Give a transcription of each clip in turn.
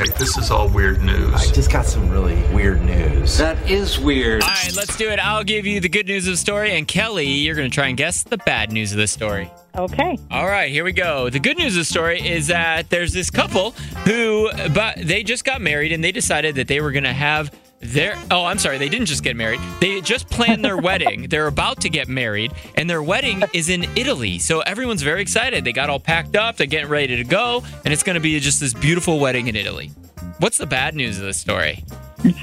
Okay, this is all weird news. I just got some really weird news. That is weird. All right, let's do it. I'll give you the good news of the story, and Kelly, you're going to try and guess the bad news of the story. Okay. All right, here we go. The good news of the story is that there's this couple who, but they just got married and they decided that they were going to have their. Oh, I'm sorry, they didn't just get married. They just planned their wedding. They're about to get married, and their wedding is in Italy. So everyone's very excited. They got all packed up. They're getting ready to go, and it's going to be just this beautiful wedding in Italy. What's the bad news of the story?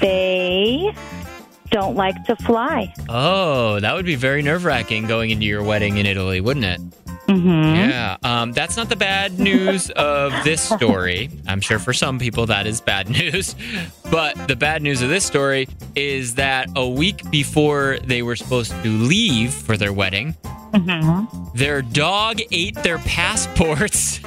They don't like to fly. Oh, that would be very nerve wracking going into your wedding in Italy, wouldn't it? Mm-hmm. Yeah, um, that's not the bad news of this story. I'm sure for some people that is bad news. But the bad news of this story is that a week before they were supposed to leave for their wedding, Mm-hmm. their dog ate their passports.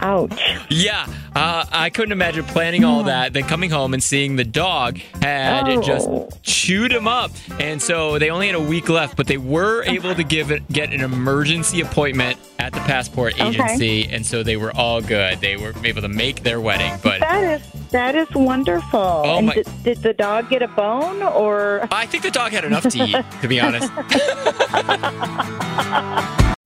Ouch. yeah, uh, I couldn't imagine planning all that, then coming home and seeing the dog had Hmm. Oh. just chewed him up. And so they only had a week left, but they were able to give it, get an emergency appointment at the passport Okay. agency. And so they were all good. They were able to make their wedding. But That is that is wonderful. Oh, and my- did, did the dog get a bone or I think the dog had enough to eat, to be honest. Hmm,